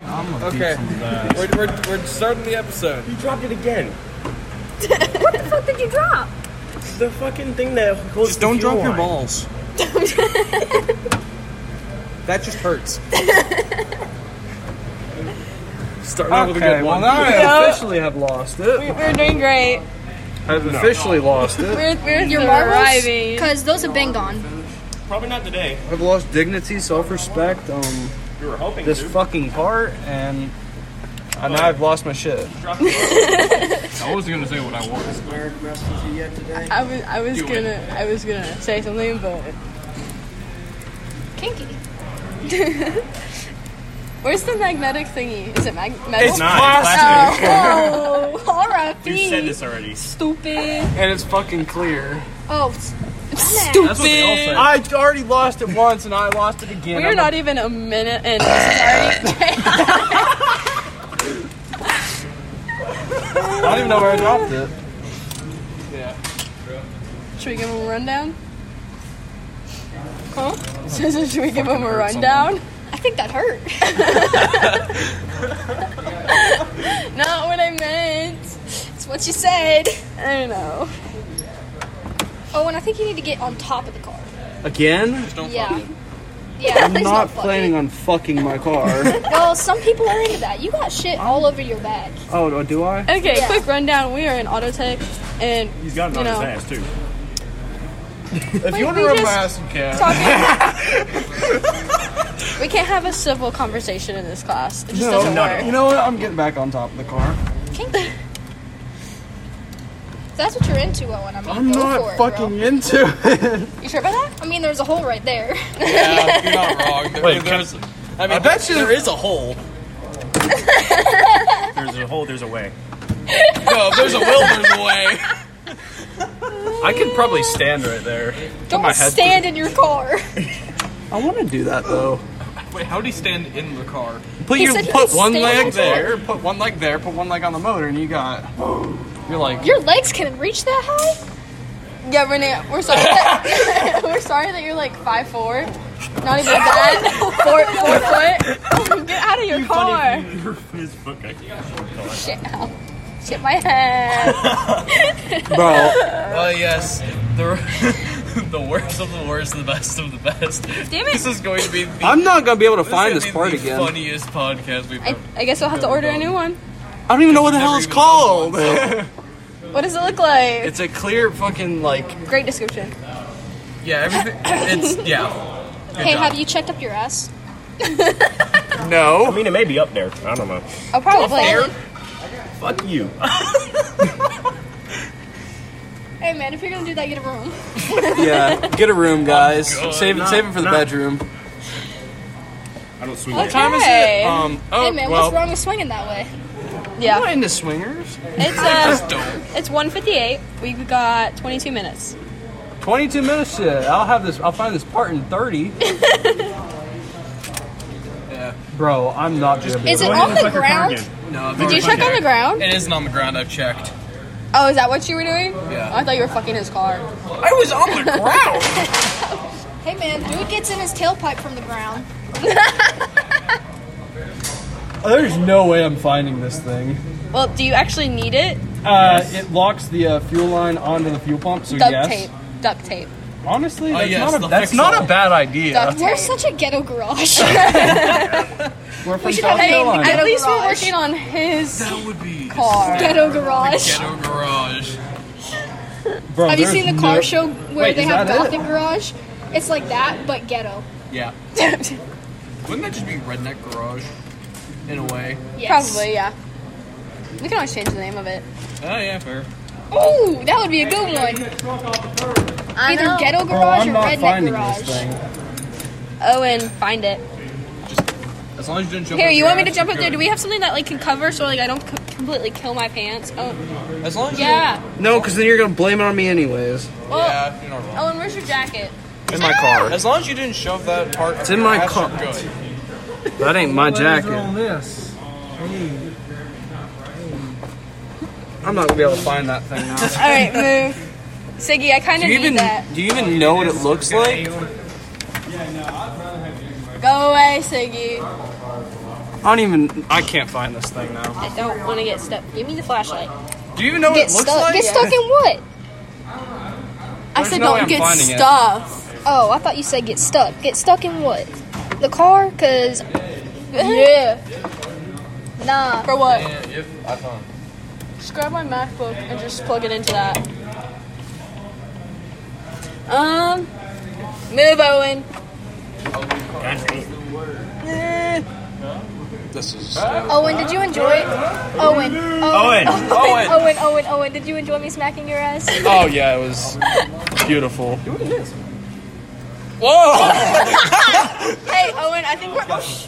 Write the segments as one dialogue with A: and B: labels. A: I'm gonna beat
B: Okay,
A: some of that.
B: we're, we're, we're starting the episode.
C: You dropped it again.
D: what the fuck did you drop?
C: The fucking thing that holds
A: Just
C: the
A: don't
C: fuel
A: drop your
C: line.
A: balls. that just hurts.
B: Starting off with a good one.
D: Yeah.
E: officially have lost it.
D: We were doing great.
E: I've officially lost it.
D: We're, we're
F: Your marbles?
D: arriving.
F: Because those have been gone.
C: Probably not today.
E: I've lost dignity, self-respect, um,
C: We were hoping
E: this
C: to.
E: fucking part, and and now I've lost my shit.
B: I was gonna say what I was.
D: I was I was
B: Do it.
D: gonna I was gonna say something, but
F: Kinky.
D: where's the magnetic thingy? Is it mag- metal?
C: It's not. Plastic.
D: Oh, oh, R.I.P.
C: You said this already.
D: Stupid.
E: And it's fucking clear.
F: Oh,
B: That's what they all
D: Stupid.
B: say.
E: I already lost it once, and I lost it again.
D: We're
E: I'm
D: not even a minute in. Sorry.
E: A, I don't even know where I dropped it.
D: Should we give him a rundown? Huh? So, so should we give him a rundown?
F: I think that hurt.
D: Not what I meant.
F: That's what you said.
D: I know.
F: Oh, and I think you need to get on top of the car.
E: Again?
B: Don't fuck
F: yeah.
B: it.
F: Yeah,
E: I'm
F: please
E: not
F: don't fuck
E: planning
F: it.
E: on fucking my car.
F: Well, some people are into that. You got shit all over your back.
E: oh, do I?
D: Okay,
F: Yeah.
D: quick rundown. We are in Autotech, and
C: He's got it
D: You
C: on
D: know.
C: his ass too.
E: If
D: you wanna we rub my just-
E: you can.
D: talking. we can't have a civil conversation in this class. It just doesn't work.
E: You know what? I'm getting back on top of the car.
F: Kinky. If that's what you're into, Owen. I mean,
E: I'm
F: go
E: not
F: for it,
E: fucking
F: Bro.
E: into it.
D: You sure about that?
F: I mean, there's a hole right there.
B: Yeah, you're not wrong. There-
C: Wait,
B: there's, I mean,
E: I bet you-
B: there is a hole.
C: There's a hole. There's a way.
B: No, if there's a will, there's a way.
E: I could probably stand right there.
F: Don't stand in your car.
E: I want to do that though.
B: Wait, how do you stand in the car?
E: Put
F: He
E: your
F: said he
E: put
F: could
E: one
F: stand
E: leg
F: on
E: there, put one leg there, put one leg on the motor, and you got. You're like
F: Your legs can reach that high?
D: Yeah, Renee, we're sorry. That, we're sorry that you're like five four. Not even that. Four four foot. Get out of your car.
C: His foot got-
D: Shit, ow. Shit my head.
E: bro.
D: Uh,
B: Well, Uh, yes, the the worst of the worst, the best of the best.
D: Damn it.
B: This is going to be the,
E: I'm not gonna be able to
B: this is
E: find
B: gonna
E: this
B: be
E: part
B: the
E: again.
B: Funniest podcast we've
D: I,
B: ever.
D: I guess I'll have to order a new one.
E: I don't even know what the hell
B: Never
E: it's
B: even done
E: called.
B: one, so-
D: What does it look like?
E: it's a clear fucking like.
D: Great description.
B: Yeah, everything. It's yeah.
F: Hey, have you checked up your ass?
C: Oh. I
E: No.
C: mean, it may be up there. I don't know.
D: Oh, probably.
B: Air-
C: Fuck you.
F: Hey, man, if you're gonna do that, get a room.
E: Yeah. Get a room, guys.
B: God.
E: save it. save it for the
C: Not- not-
E: bedroom.
C: I don't swing.
D: Okay.
C: it.
E: Time is
D: Hey.
E: it? Um. Oh
F: hey, man,
E: well.
F: what's wrong with swinging that way?
E: I'm
D: Yeah.
E: not into swingers.
D: It's
B: Just
D: uh,
B: don't.
D: it's 1:58. We've got 22 minutes.
E: 22 minutes. Shit. I'll have this. I'll find this part in 30.
B: Yeah.
E: Bro, I'm not gonna be
F: Is it
E: able to-
C: Go ahead
F: on
C: and
F: the
C: fuck your car
F: ground?
C: again.
B: No, I've
D: Did
B: never
D: you check on the
B: checked.
D: ground?
B: It isn't on the ground. I've checked.
D: Oh, is that what you were doing?
B: Yeah.
D: I thought you were fucking his car.
B: I was on the ground.
F: Hey, man, dude gets in his tailpipe from the ground.
E: There's no way I'm finding this thing.
D: Well, do you actually need it?
E: Uh, It locks the uh, fuel line onto the fuel pump, so
D: Duct
E: yes.
D: tape. Duct tape.
E: Honestly,
B: Oh,
E: that's,
B: yes,
E: not,
B: the
E: a, that's
B: fix-all.
E: not a bad idea.
D: Duct
F: We're
D: tape.
F: such a ghetto garage.
E: We're from
F: should
E: South
F: have- hey,
E: Carolina.
D: At
F: Ghetto
D: least we're
F: garage.
D: working on his
B: That would be
D: car.
F: ghetto garage.
B: ghetto garage.
E: Bro,
F: Have you
E: there's
F: seen
E: no-
F: the car show where
E: Wait,
F: they
E: is
F: have
E: that it?
F: Gothic Garage? It's like that, but ghetto.
B: Yeah. Wouldn't that just be redneck garage? In a way.
F: Yes.
D: Probably, yeah. We can always change the name of it.
B: Oh yeah, fair.
F: Ooh, that would be a good one. Either ghetto
E: Bro,
F: garage
E: I'm
F: or
E: not
F: redneck
E: finding this
F: garage.
E: thing.
D: Owen, Oh, find it.
B: As long as you didn't jump.
D: Here,
B: over
D: you
B: your
D: want me to
B: ass,
D: jump up
B: you're
D: there? Do
B: good.
D: we have something that like can cover so like I don't c- completely kill my pants? Oh,
B: As long as
D: yeah.
E: No, because then you're gonna blame it on me anyways.
B: You,
D: Well,
B: yeah, you're not wrong.
D: Owen, where's your jacket?
E: In my car.
B: As long as you didn't shove that part. It's
E: in my car.
B: Good.
E: That ain't my jacket.
A: this. Hey,
E: I'm not gonna be able to find that thing now.
D: All right, move. Siggy, I kind
E: do
D: of
E: you
D: need
E: even
D: that.
E: do you even know what it looks like?
D: Go away, Siggy.
B: I don't even. I can't find this thing now.
G: I don't want to get stuck. Give me the flashlight.
B: Do you even know what
F: Get
B: it looks
F: stuck.
B: like?
F: Get stuck in what?
D: I
B: There's
D: said
B: no way
D: don't
B: I'm
D: get
B: finding it.
D: stuff.
F: Oh, I thought you said get stuck. Get stuck in what? The car? Cause
D: Yeah.
F: nah.
D: For what?
H: Yeah, yep, I found.
D: Just grab my MacBook and just plug it into that.
G: Um,
D: Move, Owen.
B: This is.
F: Owen, did you enjoy it? Owen.
C: Owen.
F: Owen. Owen. Owen. Owen. Did you enjoy me smacking your ass?
B: Oh yeah, it was beautiful. Whoa!
D: Hey, Owen. I think we're. Oh, sh-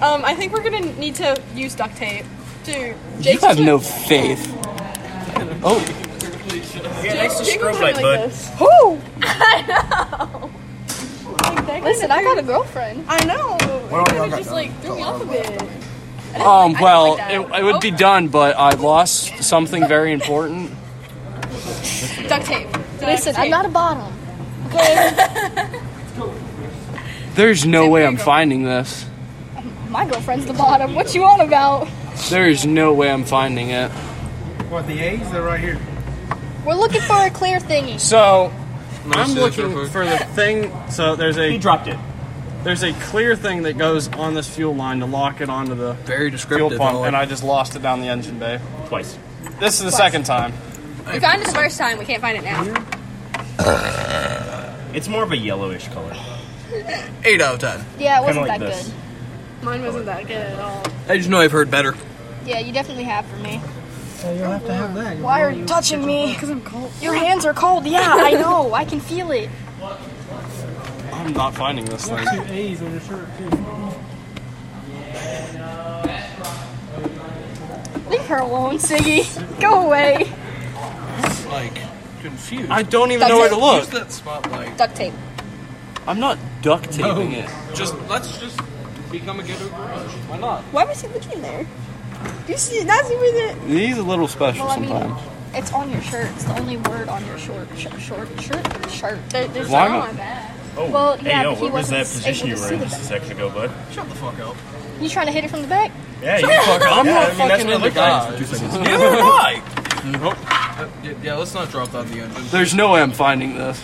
D: um, I think we're gonna need to use duct tape. Dude,
B: You
D: Jake's
B: have
D: doing-
B: no faith. Oh,
C: Yeah, thanks to
D: Jake
C: Scrub
D: was doing
C: Light, bud.
D: this.
F: Who?
D: Like, that
F: Listen,
D: kinda
F: I got a
D: threw-
F: girlfriend.
D: I know.
B: What
D: It
B: do I
D: kinda
B: got
D: just like threw me off a bit.
B: um. Well,
D: that.
B: it, it would be done, but I lost something very important.
D: Duct tape.
F: Listen, I'm not a bottom.
B: There's no way I'm finding this.
F: My girlfriend's the bottom. What you on about?
B: There is no way I'm finding it.
A: What, the A's? They're right here.
F: We're looking for a clear thingy.
B: So
H: me
B: I'm
H: see this
B: looking
H: real quick.
B: for the thing. So there's
C: He
B: a
C: dropped it.
B: there's a clear thing that goes on this fuel line to lock it onto the fuel
H: Very descriptive.
B: pump, and I just lost it down the engine bay.
C: Twice.
B: This is the second time.
D: We found it the first time. We can't find it now.
C: It's more of a yellowish color.
H: Eight out of ten.
F: Yeah, it
C: Kind
F: wasn't
C: of like
F: that
C: this.
F: good.
D: Mine wasn't that good at all.
H: I just know I've heard better.
F: Yeah, you definitely have for me.
A: you'll have to have that.
F: Why are you touching me? Because I'm cold. Your hands are cold. Yeah, I know. I can feel it.
B: I'm not finding this thing.
A: two A's on your shirt, too.
F: Leave her alone, Siggy. Go away.
H: Like confused.
B: I don't even
F: That's
B: know where
F: it.
B: to look.
H: Use that spotlight.
F: Duct tape.
B: I'm not duct taping it.
H: Just let's just become a ghetto garage. Why not?
D: Why was he looking there? Do you see? That's even it.
B: These are a little special
F: Well, I mean,
B: sometimes.
F: it's on your shirt. It's the only word on your short, short, short shirt, shirt.
D: There, there's
B: Why
D: something
B: not?
D: on that.
C: Oh,
F: Well,
C: hey,
F: yeah,
C: yo,
F: but he
C: what was that
F: wasn't
C: position you
F: able to
C: were
F: see
C: in
F: the
C: just a
F: back.
C: second ago, bud?
H: Shut the fuck up.
F: You trying to hit it from the back?
C: Yeah, you fuck
B: I'm not
C: yeah, I mean, that's
B: fucking
C: what it
B: into
C: looked like.
B: guys.
C: Neither am I.
H: Uh, y- yeah, let's not drop that in the engine.
B: There's no way I'm finding this.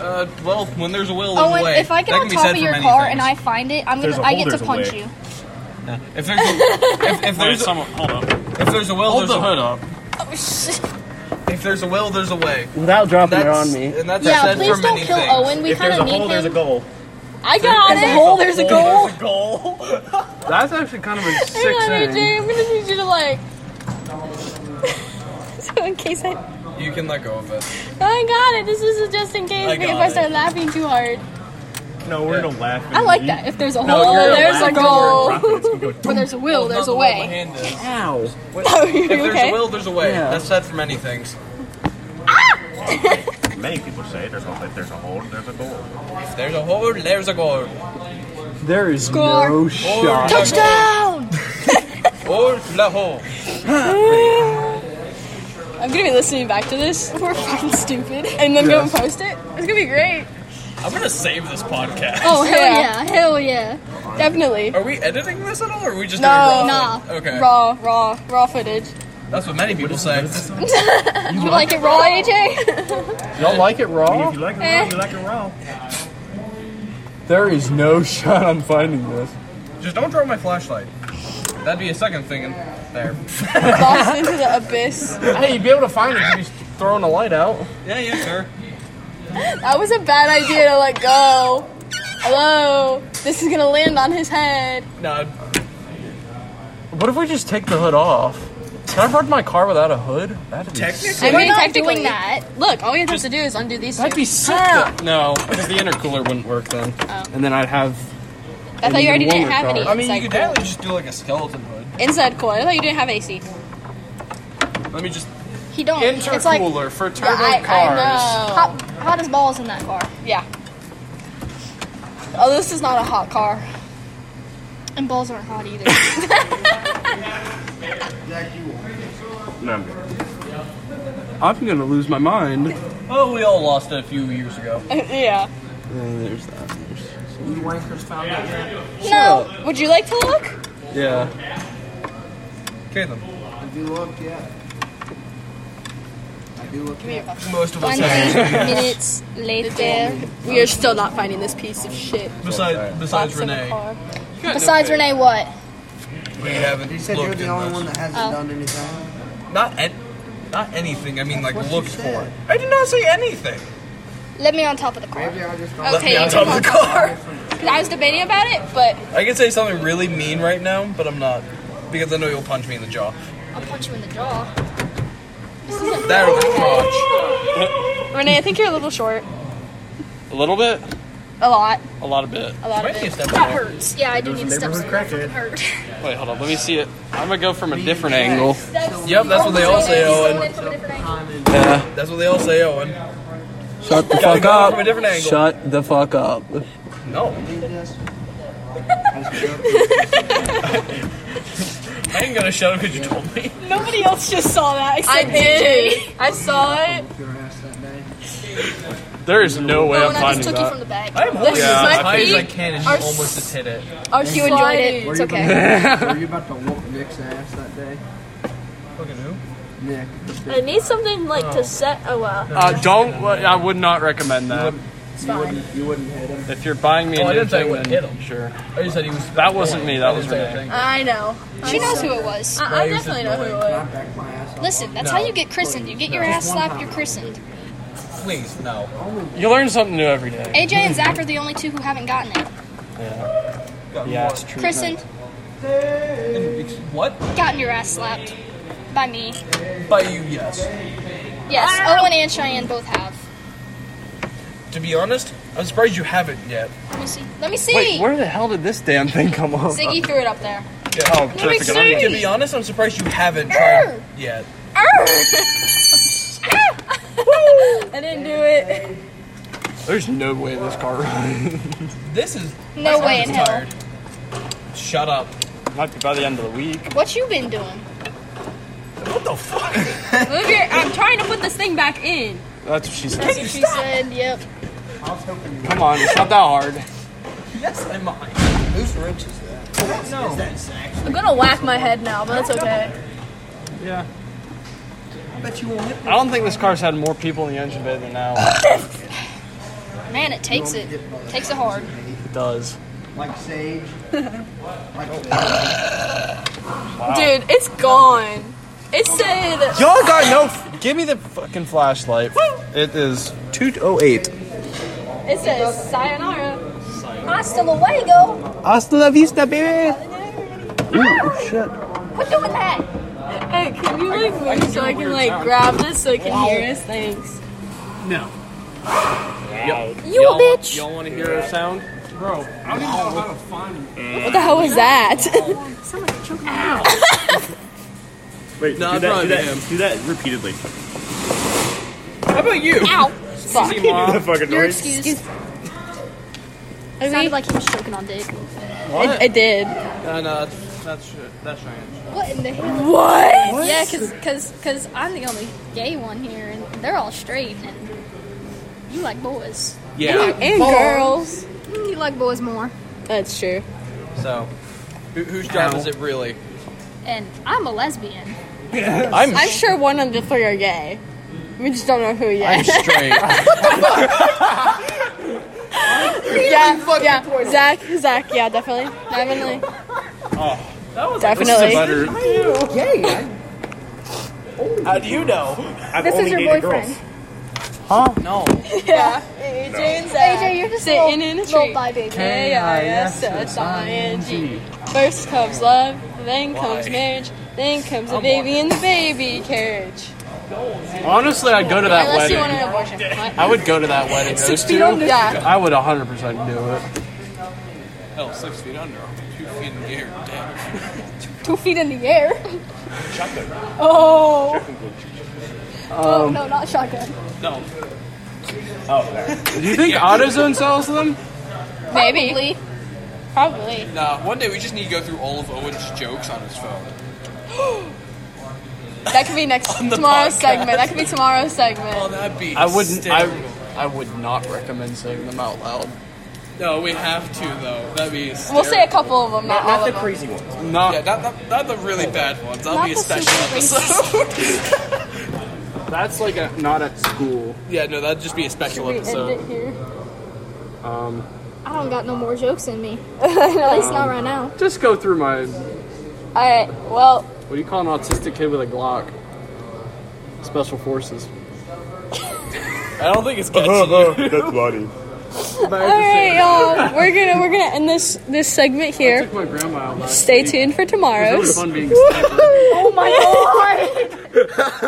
H: Uh, well, when there's a will, there's
F: Owen,
H: a way.
F: Oh, if I get on
H: That can be
F: top
H: said
F: of
H: for
F: your
H: many
F: car
H: things.
F: and I find it, I'm
C: There's a
F: gonna, I
C: hole,
F: get to
C: there's a
F: punch
C: way.
F: you.
H: if there's a, if, if there's a,
B: hold up.
H: if there's a will,
B: Hold
H: there's
B: the
H: a
B: hood up.
H: if there's a will, there's a way.
B: Without dropping
H: That's and that's
F: Yeah,
H: said
F: please
H: for
F: don't
H: many
F: kill
H: things.
F: Owen. We
C: If there's
F: kind
C: a
F: of need
C: hole,
F: him.
C: there's a goal.
D: I got
F: There's a
D: it.
F: hole, there's a goal.
C: Goal.
B: That's actually kind of a
D: Hang
B: six
D: on,
B: inning.
D: AJ. I'm gonna need you to like.
F: So in case I,
H: You can let go of it.
D: I got it. This is just in
H: I
D: case if
H: got
D: I
H: it.
D: start laughing too hard.
C: No, we're gonna laugh. Oh,
F: I like that. If there's a
C: No,
F: hole,
C: you're
F: there's a
C: allowed to
F: goal.
C: Rock it, it's gonna go
F: Where there's a will, there's a way.
H: uh,
B: Ow.
H: If there's
D: okay?
H: a will, there's a way.
B: Yeah.
H: That's said for many things.
C: Many people say there's a, if there's a hole, there's a goal.
H: If there's a hole, there's a goal.
B: There is
F: Score.
B: no
H: Or
B: shot.
H: la-
F: Touchdown!
H: Or la hole.
D: I'm gonna be listening back to this
F: We're fucking stupid.
D: and then go and post it. It's gonna be great.
H: I'm gonna save this podcast.
F: Oh hell yeah! Hell yeah!
D: Definitely.
H: Are we editing this at all, or are we just
D: No,
H: doing raw?
F: nah.
H: footage? Okay.
D: Raw, raw, raw footage.
H: That's what many people say.
F: You like it raw, AJ?
B: Y'all like it
C: I mean, if
B: raw?
C: you like it
F: Eh.
C: raw, you like it raw.
B: There is no shot I'm finding this.
H: Just don't draw my flashlight. That'd be a second thing in there.
D: Lost into the abyss.
B: Hey, you'd be able to find it if you just throwing a light out.
H: Yeah, yeah, sure.
D: That was a bad idea to let go. Hello. This is gonna land on his head.
H: No,
B: What if we just take the hood off? Can I ride my car without a hood? That'd be
H: technically,
D: I
F: We're
D: mean,
F: not
D: technically
F: doing that.
D: Look, all you have to do is undo these two.
B: That'd be sick. though. No, because the intercooler wouldn't work then,
F: Oh.
B: and then I'd have.
D: I thought you already didn't have any
B: I
H: I mean, you
D: inside
H: could
D: coil.
H: definitely just do like a skeleton hood.
D: Inside coil. I thought you didn't have AC.
H: Let me just.
F: He don't. It's like
B: Intercooler for turbo
D: I,
B: cars.
D: I know.
F: hot, hot as balls in that car.
D: Yeah. Oh, this is not a hot car.
F: And balls aren't hot either.
C: No, I'm good.
B: I'm gonna lose my mind.
H: Oh, we all lost it a few years ago.
D: yeah.
B: there's that. you wankers found it yet? Shut
F: No.
B: up.
F: Would you like to look?
B: Yeah.
A: Caleb.
E: Have you looked yet? Have you looked yet?
B: Most of us
F: 20
B: have.
F: minutes later.
D: We are still not finding this piece of shit.
B: Sorry.
H: Besides, besides
D: Box in the
H: Renee,
D: car.
F: Besides Renee, what?
H: we haven't
E: You said
H: looked
E: you're the
H: in
E: only
H: this.
E: one that hasn't
F: Oh.
E: done anything.
H: Not an- not anything. I mean, like
E: What you
H: looked for.
E: said.
H: I did not say anything.
F: Let me on top of the car.
E: Maybe I just got
H: Left me
F: Okay,
H: on
F: you
H: top
F: can
H: of the car.
F: Cause I was debating about it, but
H: I could say something really mean right now, but I'm not because I know you'll punch me in the jaw.
F: I'll punch you in the jaw.
H: That or the crotch.
D: Renee, I think you're a little short.
B: A little bit?
F: A lot,
B: A lot of bit.
F: a lot
H: Why
F: of
H: do you
F: it.
H: step
F: That
H: on it?
F: hurts. Yeah, I do
C: There's a
F: need steps.
C: neighborhood crackhead.
F: Hurt.
B: Wait, hold on. Let me see it. I'm gonna go from a different angle.
H: Yep, that's what they all say,
F: Oh,
H: Owen.
B: Yeah.
H: That's what they all say, Owen.
B: Shut the
H: Gotta go from a different angle.
B: Shut the fuck up.
H: No, I ain't gonna shut up because you told me.
G: Nobody else just saw that.
D: I did. I saw it.
E: your ass that day.
B: There is no way I'm
F: Oh, and I
B: finding
F: just took you
B: that.
F: from the back.
H: I'm holding
B: Yeah,
H: as
B: my
H: high as I
D: feet
H: can, and you
D: are
H: almost just hit it.
D: Are
F: You enjoyed it. It's okay.
E: Were you about to whoop Nick's ass that day?
H: Fucking who?
E: Nick.
G: I need something like to set. Oh wow.
B: Uh, don't. I would not recommend that.
E: You wouldn't, you wouldn't hit him.
B: If you're buying me a
H: Oh, I
B: new
H: didn't say I
B: thing,
H: wouldn't
B: then
H: hit 'em.
B: sure.
H: I just said he was.
B: That wasn't me. That
H: I
B: was
H: didn't say
B: Renee.
H: anything.
D: I know.
F: She knows who it was.
D: I, I
H: That is
D: definitely know who it
H: annoying.
E: I
D: was.
E: backed my ass off.
F: Uh, Listen, that's how you get christened. You get your ass slapped, you're christened.
H: Please, no.
B: You learn something new every day.
F: AJ and Zach are the only two who haven't gotten it.
B: Yeah, it's true.
F: Christened,
H: What?
F: gotten your ass slapped by me.
H: By you, yes.
F: Yes, Owen and Cheyenne both have.
H: To be honest, I'm surprised you haven't yet.
F: Let me see. Let me see.
B: Wait, where the hell did this damn thing come up?
F: Ziggy threw it up there.
B: Oh,
F: me
B: terrific. I'm-
H: To be honest, I'm surprised you haven't tried yet.
D: I didn't do it.
B: There's no way this car
H: This is.
F: No
H: I'm
F: way in hell.
H: tired. Shut up.
B: might be by the end of the week.
F: What you been doing?
H: What the fuck?
D: Move your. I'm trying to put this thing back in.
B: That's what she said.
F: That's what she said. Yep.
B: Come on, it's not that hard.
H: Yes, I'm mine.
E: Whose wrench is that?
H: No.
D: I'm gonna whack my head now, but that's okay.
B: Yeah.
E: I bet you won't hit me.
B: I don't think this car's had more people in the engine bay than now.
F: Man, it takes it. Takes it hard.
B: It does.
E: Like Sage. like Sage.
D: Dude, it's gone. It said.
B: Y'all got no. F- give me the fucking flashlight. It is 208.
D: It says sayonara.
F: Hasta luego.
B: Hasta la vista, baby. Ooh, shit.
F: Quit doing that.
D: Hey, can you like move so I can like grab this so I can hear us? Thanks.
F: You a bitch.
B: Y'all want to hear a sound?
D: What the hell was that?
C: Wait,
B: No,
C: do
B: it's
C: that,
B: probably
C: do that,
B: him.
C: do that repeatedly.
H: How about you?
F: Ow.
B: Fuck.
C: Do the fucking
F: You're
C: noise.
F: excused. Sounded like he was choking on dick.
B: What?
D: I did.
B: No, no, that's that's shit. That's strange.
F: What in the hell?
D: What?
F: Yeah, cause, cause, cause I'm the only gay one here, and they're all straight, and you like boys.
B: Yeah.
D: And girls.
F: You like boys more.
D: That's true.
B: So, who, whose job is it really?
F: And I'm a lesbian.
B: I'm
D: I'm sure one of the three are gay. We just don't know who
B: I'm
D: yet.
B: straight.
D: yeah, yeah. Zach, Zach, yeah, definitely, definitely.
B: Oh.
H: That was
D: Definitely.
B: better.
H: How do you know?
C: I've
F: This
C: only
F: is your
C: dated
F: boyfriend.
C: girls.
H: No.
D: Yeah. AJ and
F: AJ, you're just
D: Sitting
F: a little,
D: in a tree.
F: little bi baby.
D: K-I-S-S-I-N-G. First comes love, then comes marriage, then comes a baby in the baby carriage.
B: Honestly, I'd go to that
F: Unless you want
B: wedding.
F: an abortion. What?
B: I would go to that wedding. Those two.
D: Yeah.
B: I would 100% do it.
H: Hell, six feet under. Two feet in the air. Damn.
F: Two feet in the air.
D: Oh.
F: oh no, not shotgun.
H: No.
B: Do you think AutoZone sells them?
F: Maybe. Probably.
H: Nah, one day we just need to go through all of Owen's jokes on his phone.
D: That could be next
H: the
D: tomorrow's
H: podcast.
D: segment. That could be tomorrow's segment.
H: that'd be
B: I wouldn't. I,
H: hysterical.
B: I would not recommend saying them out loud.
H: No, we have to though. That means
D: We'll say a couple of them, not,
I: Not,
D: all
I: not the
D: of them.
I: crazy ones.
B: Not
H: yeah, not, not, not the really bad ones. That'll
F: Not
H: be a
F: the
H: special
F: super
H: episode.
I: That's like a, not at school.
H: yeah, no, that'd just be a special
D: End
H: episode.
D: it here.
F: I don't got no more jokes in me. At least not right now.
B: Just go through my.
D: All right. Well,
B: What do you call an autistic kid with a Glock? Special forces.
H: I don't think it's catchy.
J: That's funny.
D: all right, y'all. We're gonna we're gonna end this this segment here.
B: Took my grandma out last.
D: Stay tuned for Oh
B: It was
D: tomorrow's.
B: fun being a sniper.
D: Oh my god.